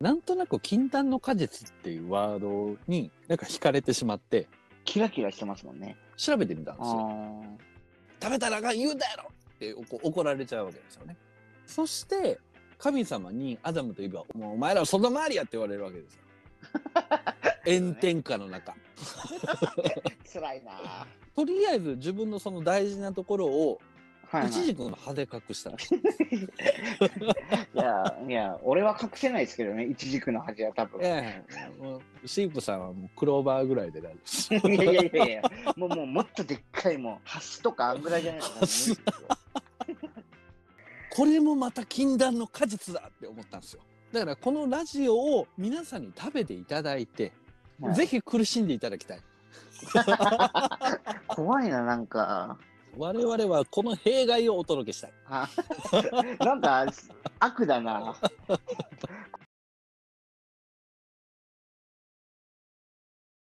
なんとなく禁断の果実っていうワードになんか惹かれてしまって、キラキラしてますもんね。調べてみたんですよ。あ食べたらあかん言うたやろって怒怒られちゃうわけですよね。そして、神様にアダムといえば、もうお前らはその周りやって言われるわけ ですよ。炎天下の中。あ。辛いなぁ。とりあえず自分のその大事なところを、はい、はい一軸の葉で隠したら しい。いや、いや、俺は隠せないですけどね、イチジクの端は多分。いやええもうシープさんはもうクローバーぐらいで大丈夫です。いやいやいや、もうもうもっとでっかい、もう、ハスとかあんぐらいじゃないと 無理ですよ。これもまた禁断の果実だって思ったんですよ。だからこのラジオを皆さんに食べていただいて、はいぜひ苦しんでいただきたい。怖いな、なんか。我々はこ の弊害をお届けしたい。あなんか、悪だな。